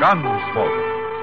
Gunsmoke,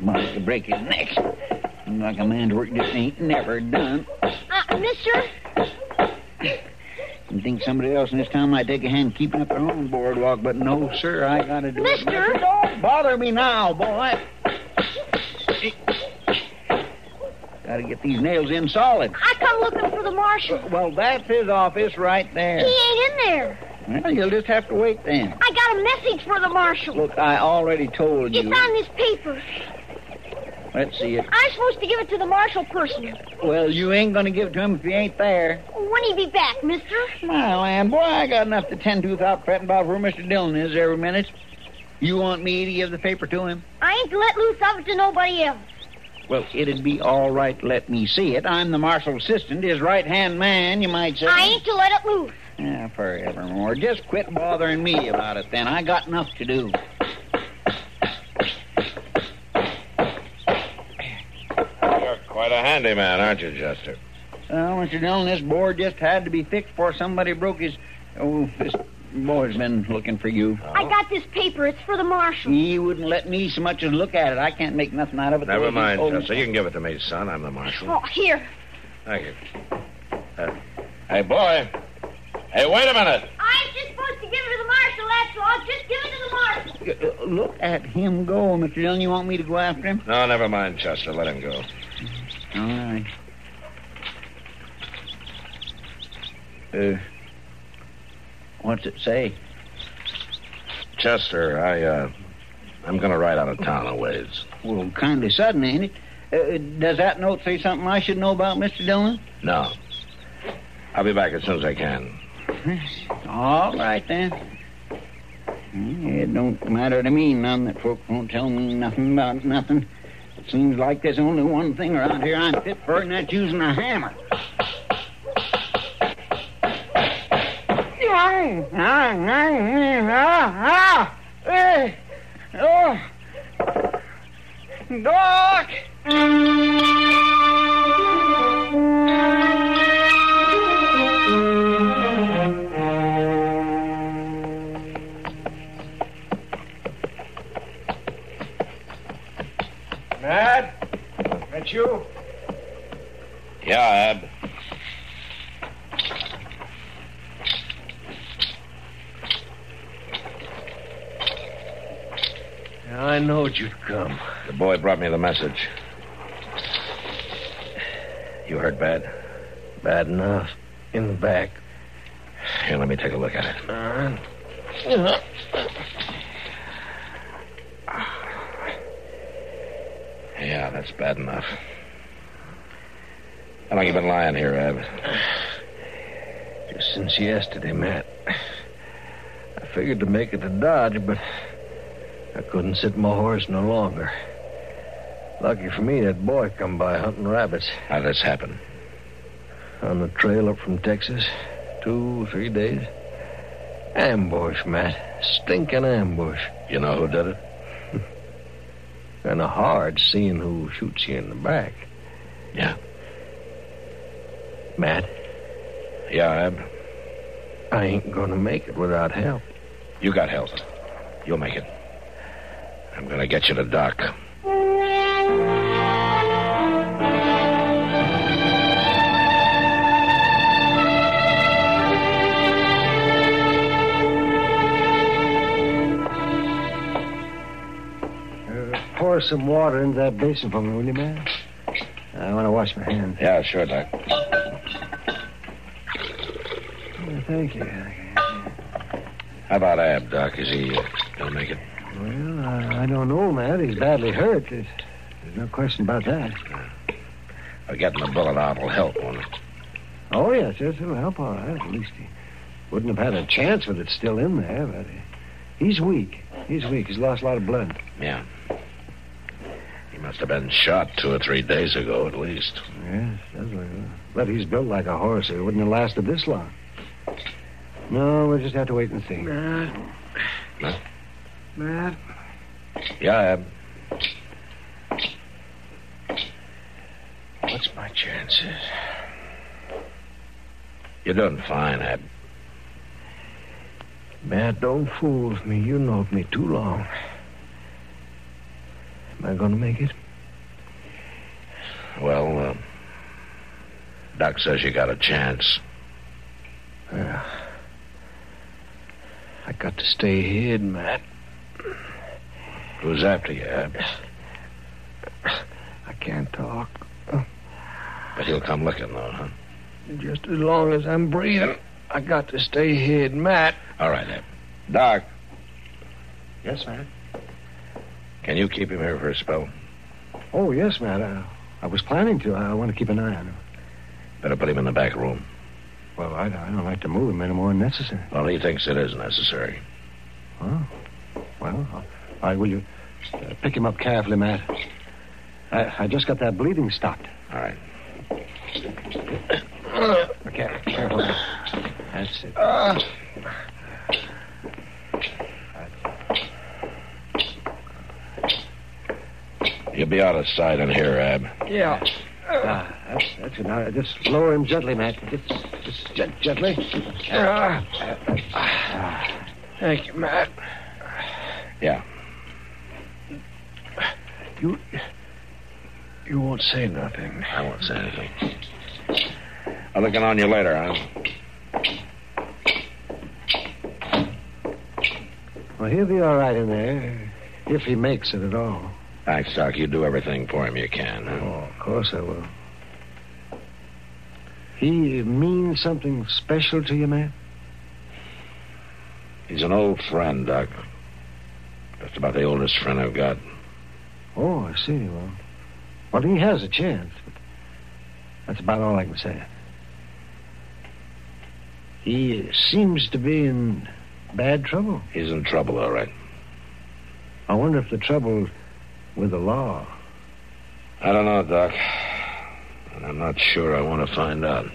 Must to break his neck. Seems like a man's work that ain't never done. Uh, mister? You think somebody else in this town might take a hand keeping up their own boardwalk, but no, sir, I gotta do it. Mister? Don't bother me now, boy. Gotta get these nails in solid. I come looking for the marshal. Well, that's his office right He there. ain't in there. Well, you'll just have to wait then. I got a message for the marshal. Look, I already told It's you. on this paper. Let's see it. I'm supposed to give it to the marshal person. Well, you ain't gonna give it to him if he ain't there. When he be back, mister? My land, boy, I got enough to tend to without fretting about where Mr. Dillon is every minute. You want me to give the paper to him? I ain't to let loose of it to nobody else. Well, it'd be all right. Let me see it. I'm the marshal's assistant, his right-hand man, you might say. I ain't to let it loose. Yeah, forevermore. Just quit bothering me about it, then. I got enough to do. You're quite a handyman, aren't you, Chester? Well, Mr. Dillon, this board just had to be fixed before somebody broke his. Oh, this boy's been looking for you. I got this paper. It's for the marshal. He wouldn't let me so much as look at it. I can't make nothing out of it. Oh, the way Never he's mind, holding- Chester. You can give it to me, son. I'm the marshal. Oh, here. Thank you. Uh, hey, boy. Hey, wait a minute. I ain't just supposed to give it to the marshal, that's all. Just give it to the marshal. Uh, Look at him go, Mr. Dillon. You want me to go after him? No, never mind, Chester. Let him go. All right. Uh, what's it say? Chester, I, uh, I'm going to ride out of town a ways. Well, kind of sudden, ain't it? Uh, does that note say something I should know about, Mr. Dillon? No. I'll be back as soon as I can. All right, then. Mm, It don't matter to me none that folk won't tell me nothing about nothing. It seems like there's only one thing around here I'm fit for, and that's using a hammer. Doc! Matt? That you? Yeah, Ab. I knowed you'd come. The boy brought me the message. You hurt bad? Bad enough. In the back. Here, let me take a look at it. Uh, Yeah, that's bad enough. How long you been lying here, Ab? just since yesterday, Matt. I figured to make it to Dodge, but I couldn't sit my horse no longer. Lucky for me, that boy come by hunting rabbits How did this happen? on the trail up from Texas. Two, three days. Ambush, Matt. Stinking ambush. You know who did it? Kind of hard seeing who shoots you in the back. Yeah. Matt, Yeah, Ab, I ain't gonna make it without help. you got help. You'll make it. I'm going to get you to Doc. Pour some water into that basin for me, will you, Matt? I want to wash my hands. Yeah, sure, Doc. Thank you. How about Ab, Doc? Is he uh, going to make it? Well, I, I don't know, Matt. He's badly hurt. There's, there's no question about that. Uh, Getting the bullet out will help, won't it? Oh, yes, yes, it'll help all right. At least he wouldn't have had a chance with it still in there, but he- he's weak. He's weak. He's lost a lot of blood. Yeah. He must have been shot two or three days ago, at least. Yes, does look well. But he's built like a horse. He wouldn't have lasted this long. No, we'll just have to wait and see. Matt. Matt? Matt. Yeah, Ab. What's my chances? You're doing fine, Ab. Matt, don't fool with me. You know me too long. Am I going to make it? Well, uh, Doc says you got a chance. I got to stay hid, Matt. Who's after you, Ab? I can't talk. But he'll come looking, though, huh? Just as long as I'm breathing, I got to stay hid, Matt. All right, Ab. Doc, Yes, Matt. can you keep him here for a spell? Oh, yes, Matt. I, I was planning to. I want to keep an eye on him. Better put him in the back room. Well, I, I don't like to move him any more than necessary. Well, he thinks it is necessary. Oh. Well, all right, will you uh, pick him up carefully, Matt? I, I just got that bleeding stopped. All right. Okay, careful. That's it. You'll be out of sight in here, Ab. Yeah. Ah, that's, that's it. Now, just lower him gently, Matt. Just, just gen- gently. Ah. Thank you, Matt. Yeah. You. You won't say nothing. I won't say anything. I'll look in on you later, huh? Well, he'll be all right in there, if he makes it at all. Thanks, Doc. You do everything for him you can. Oh, Huh? of course I will. He means something special to you, Matt? He's an old friend, Doc. Just about the oldest friend I've got. Oh, I see. Well, well, he has a chance. But that's about all I can say. He seems to be in bad trouble. He's in trouble, all right. I wonder if the trouble with the law. I don't know, Doc. And I'm not sure I want to find out.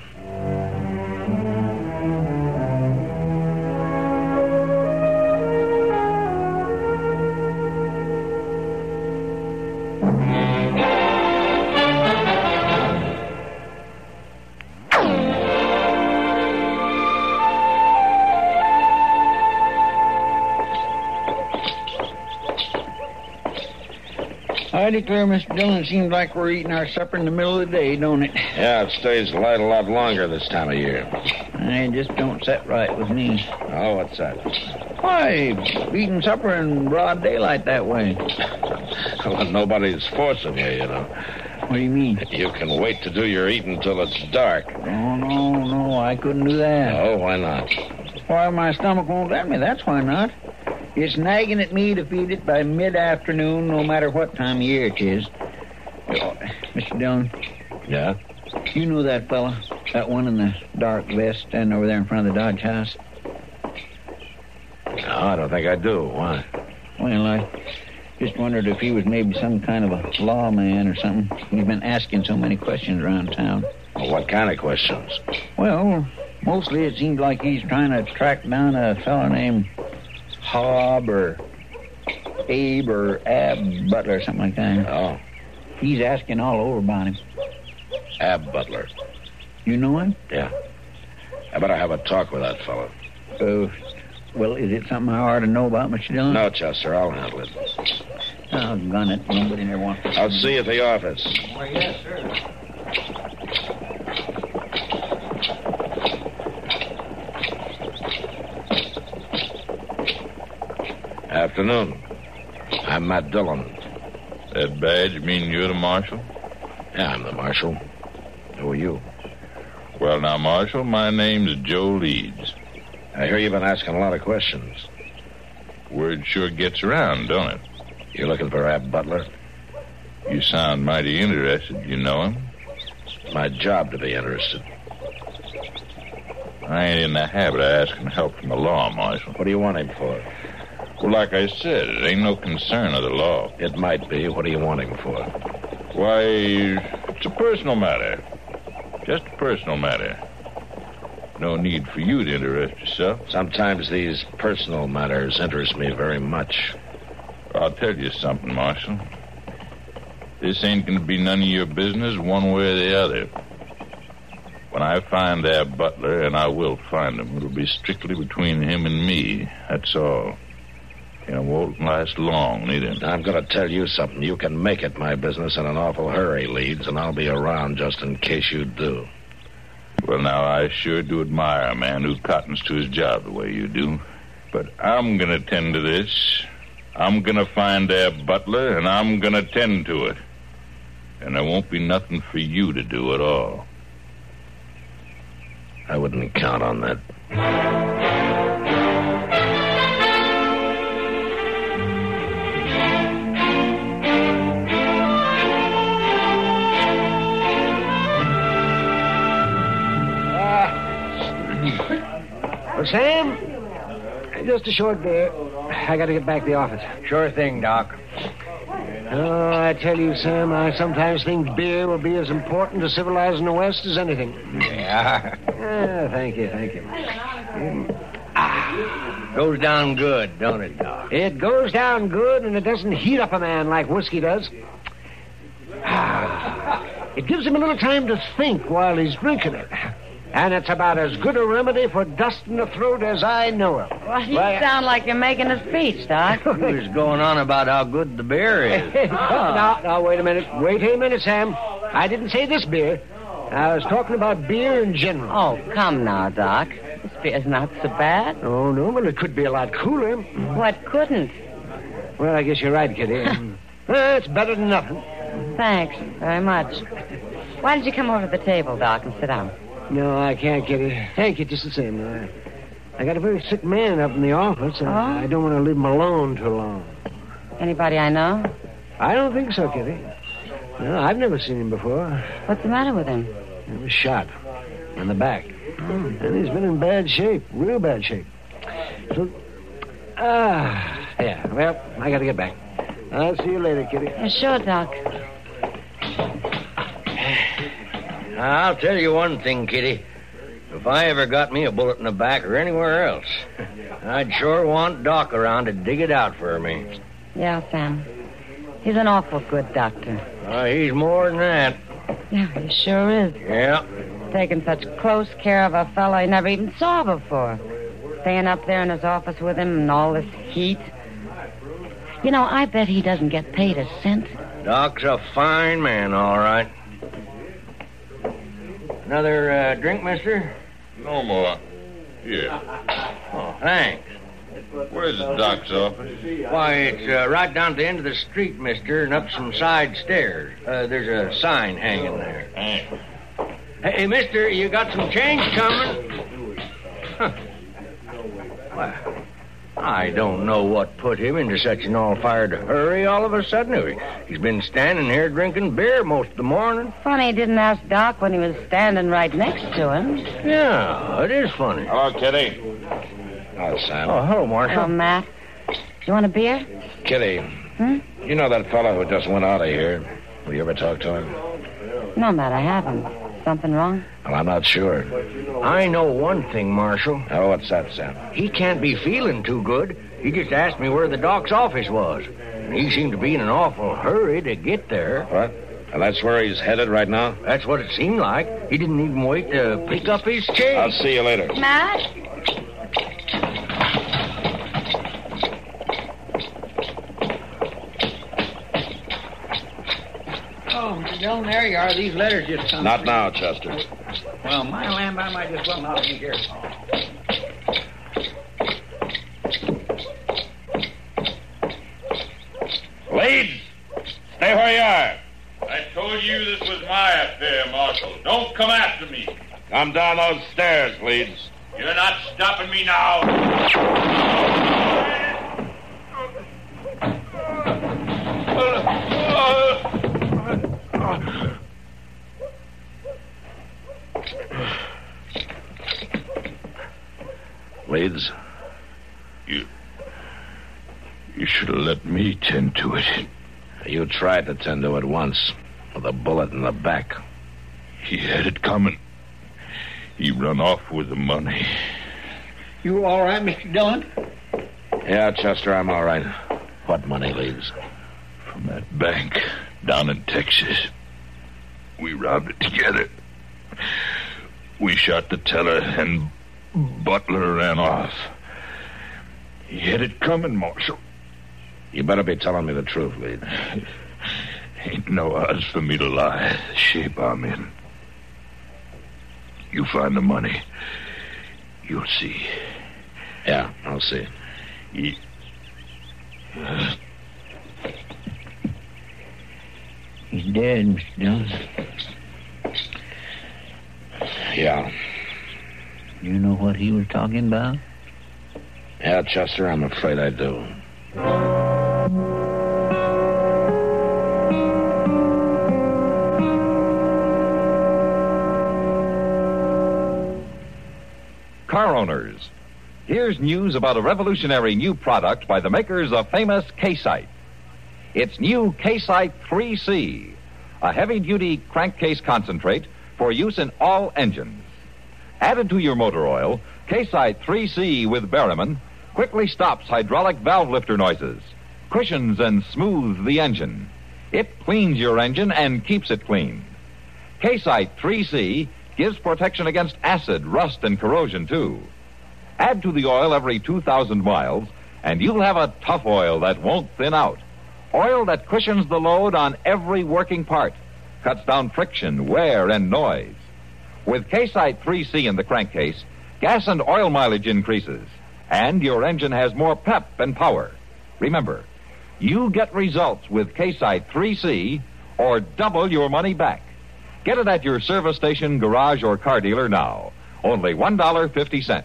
I declare, Mr. Dillon, it seems like we're eating our supper in the middle of the day, don't it? Yeah, it stays light a lot longer this time of year. I just don't set right with me. Oh, what's that? Why, eating supper in broad daylight that way? Well, nobody's forcing you, you know. What do you mean? You can wait to do your eating till it's dark. Oh, no, no, I couldn't do that. Oh, why not? Why, my stomach won't let me, that's why not. It's nagging at me to feed it by mid-afternoon, no matter what time of year it is. Oh, Mr. Dillon, Yeah? you know that fella, that one in the dark vest standing over there in front of the Dodge house? No, I don't think I do. Why? Well, I just wondered if he was maybe some kind of a lawman or something. He's been asking so many questions around town. Well, what kind of questions? Well, mostly it seems like he's trying to track down a fellow named Hob or Abe or Ab Butler or something like that. Oh, He's asking all over about him. Ab Butler. You know him? Yeah. I better have a talk with that fellow. Uh, well, is it something I ought to know about, Mr. Dillon? No, Chester, I'll handle it. Oh, gun it. Nobody there wants to. I'll see you at the office. Why, yes, sir. Afternoon. I'm Matt Dillon. That badge mean you're the marshal? Yeah, I'm the marshal. Who are you? Well, now, Marshal, my name's Joe Leeds. I hear you've been asking a lot of questions. Word sure gets around, don't it? You looking for Ab Butler? You sound mighty interested. You know him? It's my job to be interested. I ain't in the habit of asking help from the law, Marshal. What do you want him for? Well, like I said, it ain't no concern of the law. It might be. What do you want him for? Why, it's a personal matter. Just a personal matter. No need for you to interest yourself. Sometimes these personal matters interest me very much. I'll tell you something, Marshal. This ain't gonna be none of your business one way or the other. When I find that butler, and I will find him, it'll be strictly between him and me. That's all. And it won't last long, neither. I'm going to tell you something. You can make it my business in an awful hurry, Leeds, and I'll be around just in case you do. Well, now, I sure do admire a man who cottons to his job the way you do. But I'm gonna tend to this. I'm gonna find that butler, and I'm gonna tend to it. And there won't be nothing for you to do at all. I wouldn't count on that. Well, Sam, just a short beer. I got to get back to the office. Sure thing, Doc. Oh, I tell you, Sam, I sometimes think beer will be as important to civilizing the West as anything. Yeah. Ah, thank you, thank you. Goes down good, don't it, Doc? It goes down good, and it doesn't heat up a man like whiskey does. Ah, it gives him a little time to think while he's drinking it. And it's about as good a remedy for dust in the throat as I know of. Well, you Why- sound like you're making a speech, Doc. He was going on about how good the beer is. now, now, wait a minute. Wait a minute, Sam. I didn't say this beer. I was talking about beer in general. Oh, come now, Doc. This beer's not so bad. Oh, no, well, it could be a lot cooler. What couldn't? Well, I guess you're right, Kitty. well, it's better than nothing. Thanks very much. Why don't you come over to the table, Doc, and sit down? No, I can't, Kitty. Thank you, just the same. I, I got a very sick man up in the office, and Oh? I don't want to leave him alone too long. Anybody I know? I don't think so, Kitty. No, I've never seen him before. What's the matter with him? He was shot in the back. And he's been in bad shape, real bad shape. So, ah, yeah, well, I got to get back. I'll see you later, Kitty. Yeah, sure, Doc. I'll tell you one thing, Kitty. If I ever got me a bullet in the back or anywhere else, I'd sure want Doc around to dig it out for me. Yeah, Sam. He's an awful good doctor. Uh, he's more than that. Yeah, he sure is. Yeah. Taking such close care of a fellow he never even saw before. Staying up there in his office with him in all this heat. You know, I bet he doesn't get paid a cent. Doc's a fine man, all right. Another uh, drink, mister? No more. Here. Oh, thanks. Where's the doc's office? Why, it's uh, right down at the end of the street, mister, and up some side stairs. Uh, there's a sign hanging there. Hey, Hey, hey, mister, you got some change coming? Huh. Well, I don't know what put him into such an all-fired hurry all of a sudden. He's been standing here drinking beer most of the morning. Funny he didn't ask Doc when he was standing right next to him. Yeah, it is funny. hello, Kitty. Oh, Sam. Oh, hello, Oh, Marshal. Matt. You want a beer? Kitty, Hmm? you know that fellow who just went out of here? Will you ever talk to him? No, Matt, I haven't. Something wrong? Well, I'm not sure. I know one thing, Marshal. Oh, what's that, Sam? He can't be feeling too good. He just asked me where the doc's office was. And he seemed to be in an awful hurry to get there. What? And that's where he's headed right now? That's what it seemed like. He didn't even wait to pick up his change. I'll see you later. Matt? Oh, Joan, there you are. These letters just come. Not now, Chester. Well, my lamb, I might as well not be here. Leeds, stay where you are. I told you this was my affair, Marshal. Don't come after me. Come down those stairs, Leeds. You're not stopping me now. Leeds, You should have let me tend to it. you tried to tend to it once with a bullet in the back. He had it coming. He run off with the money. You all right, Mr. Dillon? Yeah, Chester, I'm all right. What money, Leeds? from that bank down in Texas. We robbed it together. We shot the teller, and Butler ran off. He had it coming, Marshal. You better be telling me the truth, Leeds. Ain't no odds for me to lie. The shape I'm in. You find the money. You'll see. Yeah, I'll see. He... He's dead, Mr. Dillon. Yeah. You know what he was talking about? Yeah, Chester, I'm afraid I do. Car owners, here's news about a revolutionary new product by the makers of famous K-Site. It's new K-Site 3C, a heavy-duty crankcase concentrate for use in all engines. Added to your motor oil, K-Site 3C with Berryman quickly stops hydraulic valve lifter noises, cushions and smooths the engine. It cleans your engine and keeps it clean. K-Site 3C gives protection against acid, rust, and corrosion, too. Add to the oil every 2,000 miles, and you'll have a tough oil that won't thin out. Oil that cushions the load on every working part, cuts down friction, wear, and noise. With K-Site 3C in the crankcase, gas and oil mileage increases, and your engine has more pep and power. Remember, you get results with K-Site 3C or double your money back. Get it at your service station, garage, or car dealer now. Only $1.50.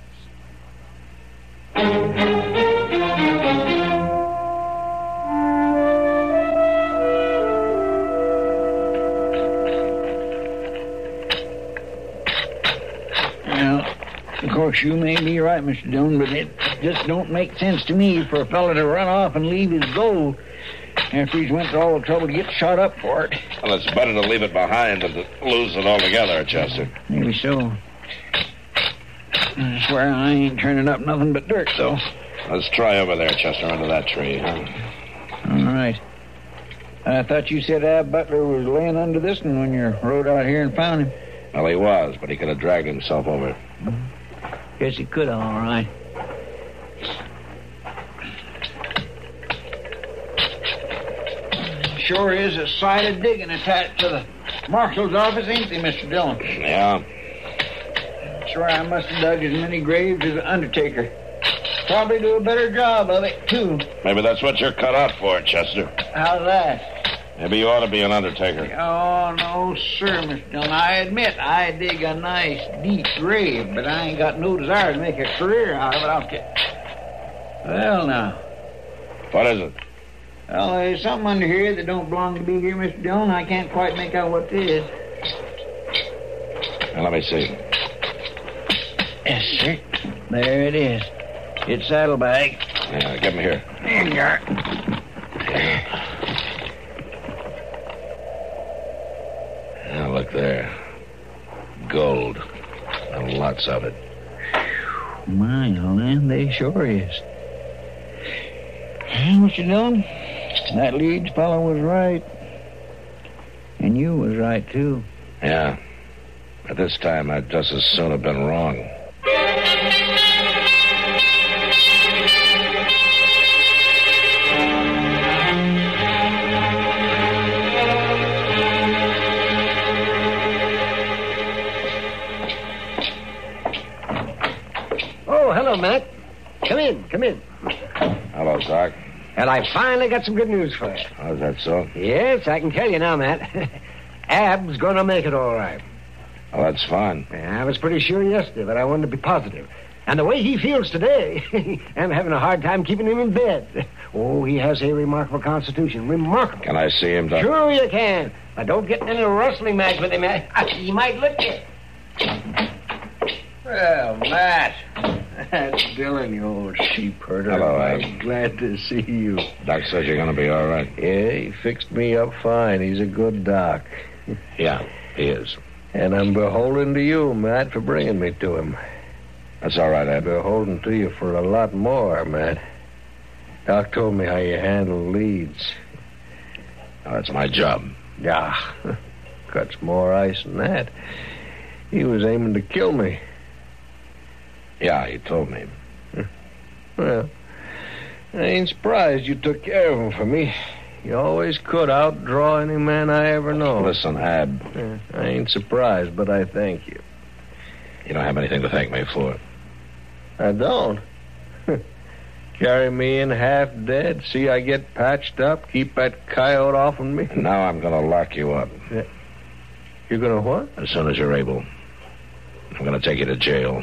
Well, of course, you may be right, Mr. Dillon, but it just don't make sense to me for a fella to run off and leave his gold after he's went to all the trouble to get shot up for it. Well, it's better to leave it behind than to lose it altogether, Chester. Maybe so. I swear I ain't turning up nothing but dirt, though. Let's try over there, Chester, under that tree, huh? All right. I thought you said Ab Butler was laying under this one when you rode out here and found him. Well, he was, but he could have dragged himself over. Guess he could, all right. Sure is a side of digging attached to the marshal's office, ain't they, Mr. Dillon? Yeah. Sure, I must have dug as many graves as an undertaker. Probably do a better job of it, too. Maybe that's what you're cut out for, Chester. How's that? Maybe you ought to be an undertaker. Oh, no, sir, Mr. Dillon. I admit I dig a nice, deep grave, but I ain't got no desire to make a career out of it, I'll get. Well, now. What is it? Well, there's something under here that don't belong to be here, Mr. Dillon. I can't quite make out what it is. Now, let me see. Yes, sir. There it is. It's saddlebag. Yeah, give him here. There you are. Yeah, look there. Gold. And lots of it. My land, they sure is. Mr. Dillon, that Leeds fellow was right. And you was right, too. Yeah. But this time, I'd just as soon have been wrong. Oh, hello, Matt. Come in, come in. Hello, Doc. Well, I finally got some good news for you. How's that so? Yes, I can tell you now, Matt. Ab's gonna make it all right. Well, that's fine. I was pretty sure yesterday, but I wanted to be positive. And the way he feels today, I'm having a hard time keeping him in bed. Oh, he has a remarkable constitution. Remarkable. Can I see him, Doc? Sure you can. But don't get in any wrestling match with him, Matt. Ah, He might lick you. Well, Matt. That's Dillon, you old sheep herder. Hello, I'm Ab. glad to see you. Doc says you're going to be all right. Yeah, he fixed me up fine. He's a good doc. Yeah, he is. And I'm beholden to you, Matt, for bringing me to him. That's all right, I'm Ab. beholden to you for a lot more, Matt. Doc told me how you handle leads. Oh, that's my job. Yeah, cuts more ice than that. He was aiming to kill me. Yeah, he told me. Well, I ain't surprised you took care of him for me. You always could outdraw any man I ever know. Listen, Ab, Yeah, I ain't surprised, but I thank you. you don't have anything to thank me for. I don't. Carry me in half dead, see I get patched up, keep that coyote off of me. And now I'm going to lock you up You're gonna what? as soon as you're able. I'm going to take you to jail.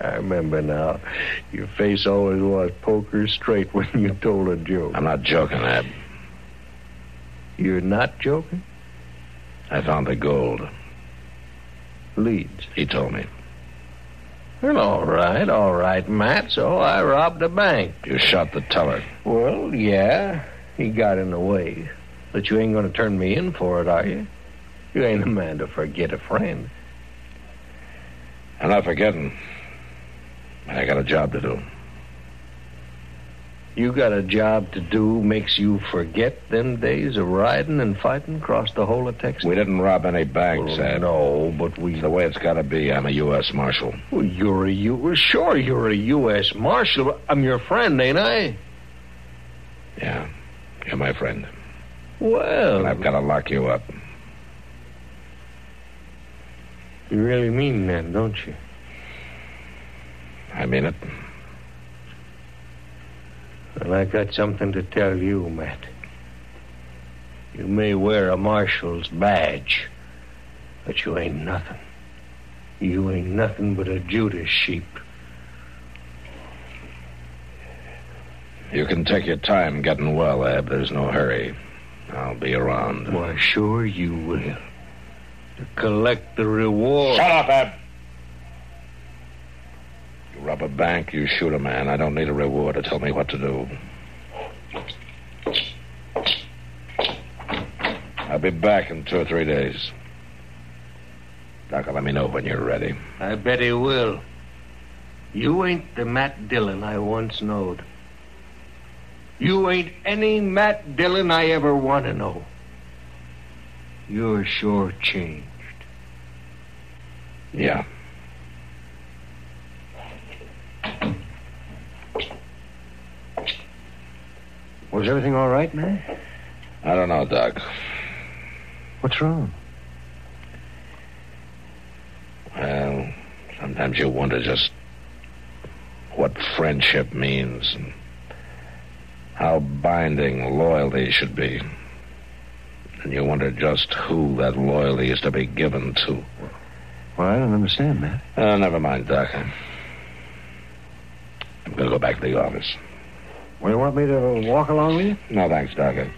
I remember now. Your face always was poker straight when you told a joke. I'm not joking, Ab. You're not joking? I found the gold. Leeds. He told me. Well, all right, all right, Matt. So I robbed a bank. You shot the teller. Well, yeah, he got in the way. But you ain't gonna turn me in for it, are you? You ain't a man to forget a friend. I'm not forgetting. I got a job to do. You got a job to do makes you forget them days of riding and fighting across the whole of Texas. We didn't rob any banks, Well, Ab. Oh, no, but we. It's the way it's got to be. I'm a U.S. Marshal. Well, you're a U. Sure, you're a U.S. Marshal. I'm your friend, ain't I? Yeah. You're my friend. Well, And I've got to lock you up. you really mean that, don't you? I mean it. Well, I got something to tell you, Matt. You may wear a marshal's badge, but you ain't nothing. You ain't nothing but a Judas sheep. You can take your time getting well, Ab. There's no hurry. I'll be around. Why, sure you will. To collect the reward. Shut up, Ab. You rob a bank, you shoot a man. I don't need a reward to tell me what to do. I'll be back in two or three days. Doc, let me know when you're ready. I bet he will. You ain't the Matt Dillon I once knowed. You ain't any Matt Dillon I ever want to know. You're sure changed. Yeah. Was everything all right, man? I don't know, Doc. What's wrong? Well, sometimes you wonder just what friendship means and how binding loyalty should be. And you wonder just who that loyalty is to be given to. Well, I don't understand, Matt. Uh, never mind, Doc. I'm going to go back to the office. Well, you want me to walk along with you? No, thanks, Doc. I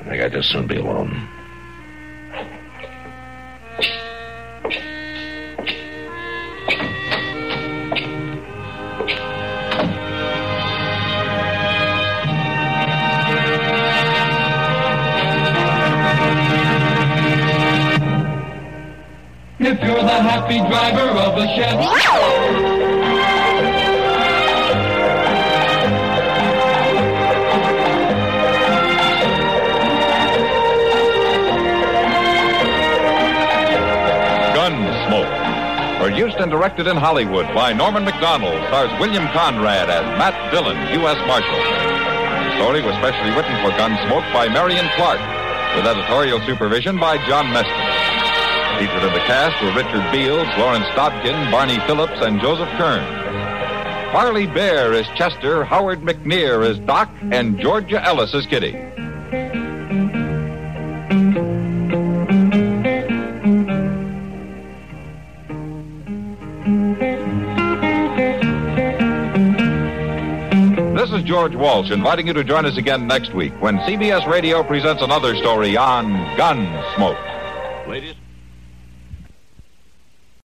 I think I'd just soon be alone. If you're the happy driver of a Chevy, Produced and directed in Hollywood by Norman McDonald, stars William Conrad as Matt Dillon, U.S. Marshal. The story was specially written for Gunsmoke by Marion Clark, with editorial supervision by John Meston. Featured in the cast were Richard Beals, Lawrence Stopkin, Barney Phillips, and Joseph Kern. Harley Bear is Chester, Howard McNear is Doc, and Georgia Ellis is Kitty. This is George Walsh inviting you to join us again next week when CBS Radio presents another story on Gunsmoke.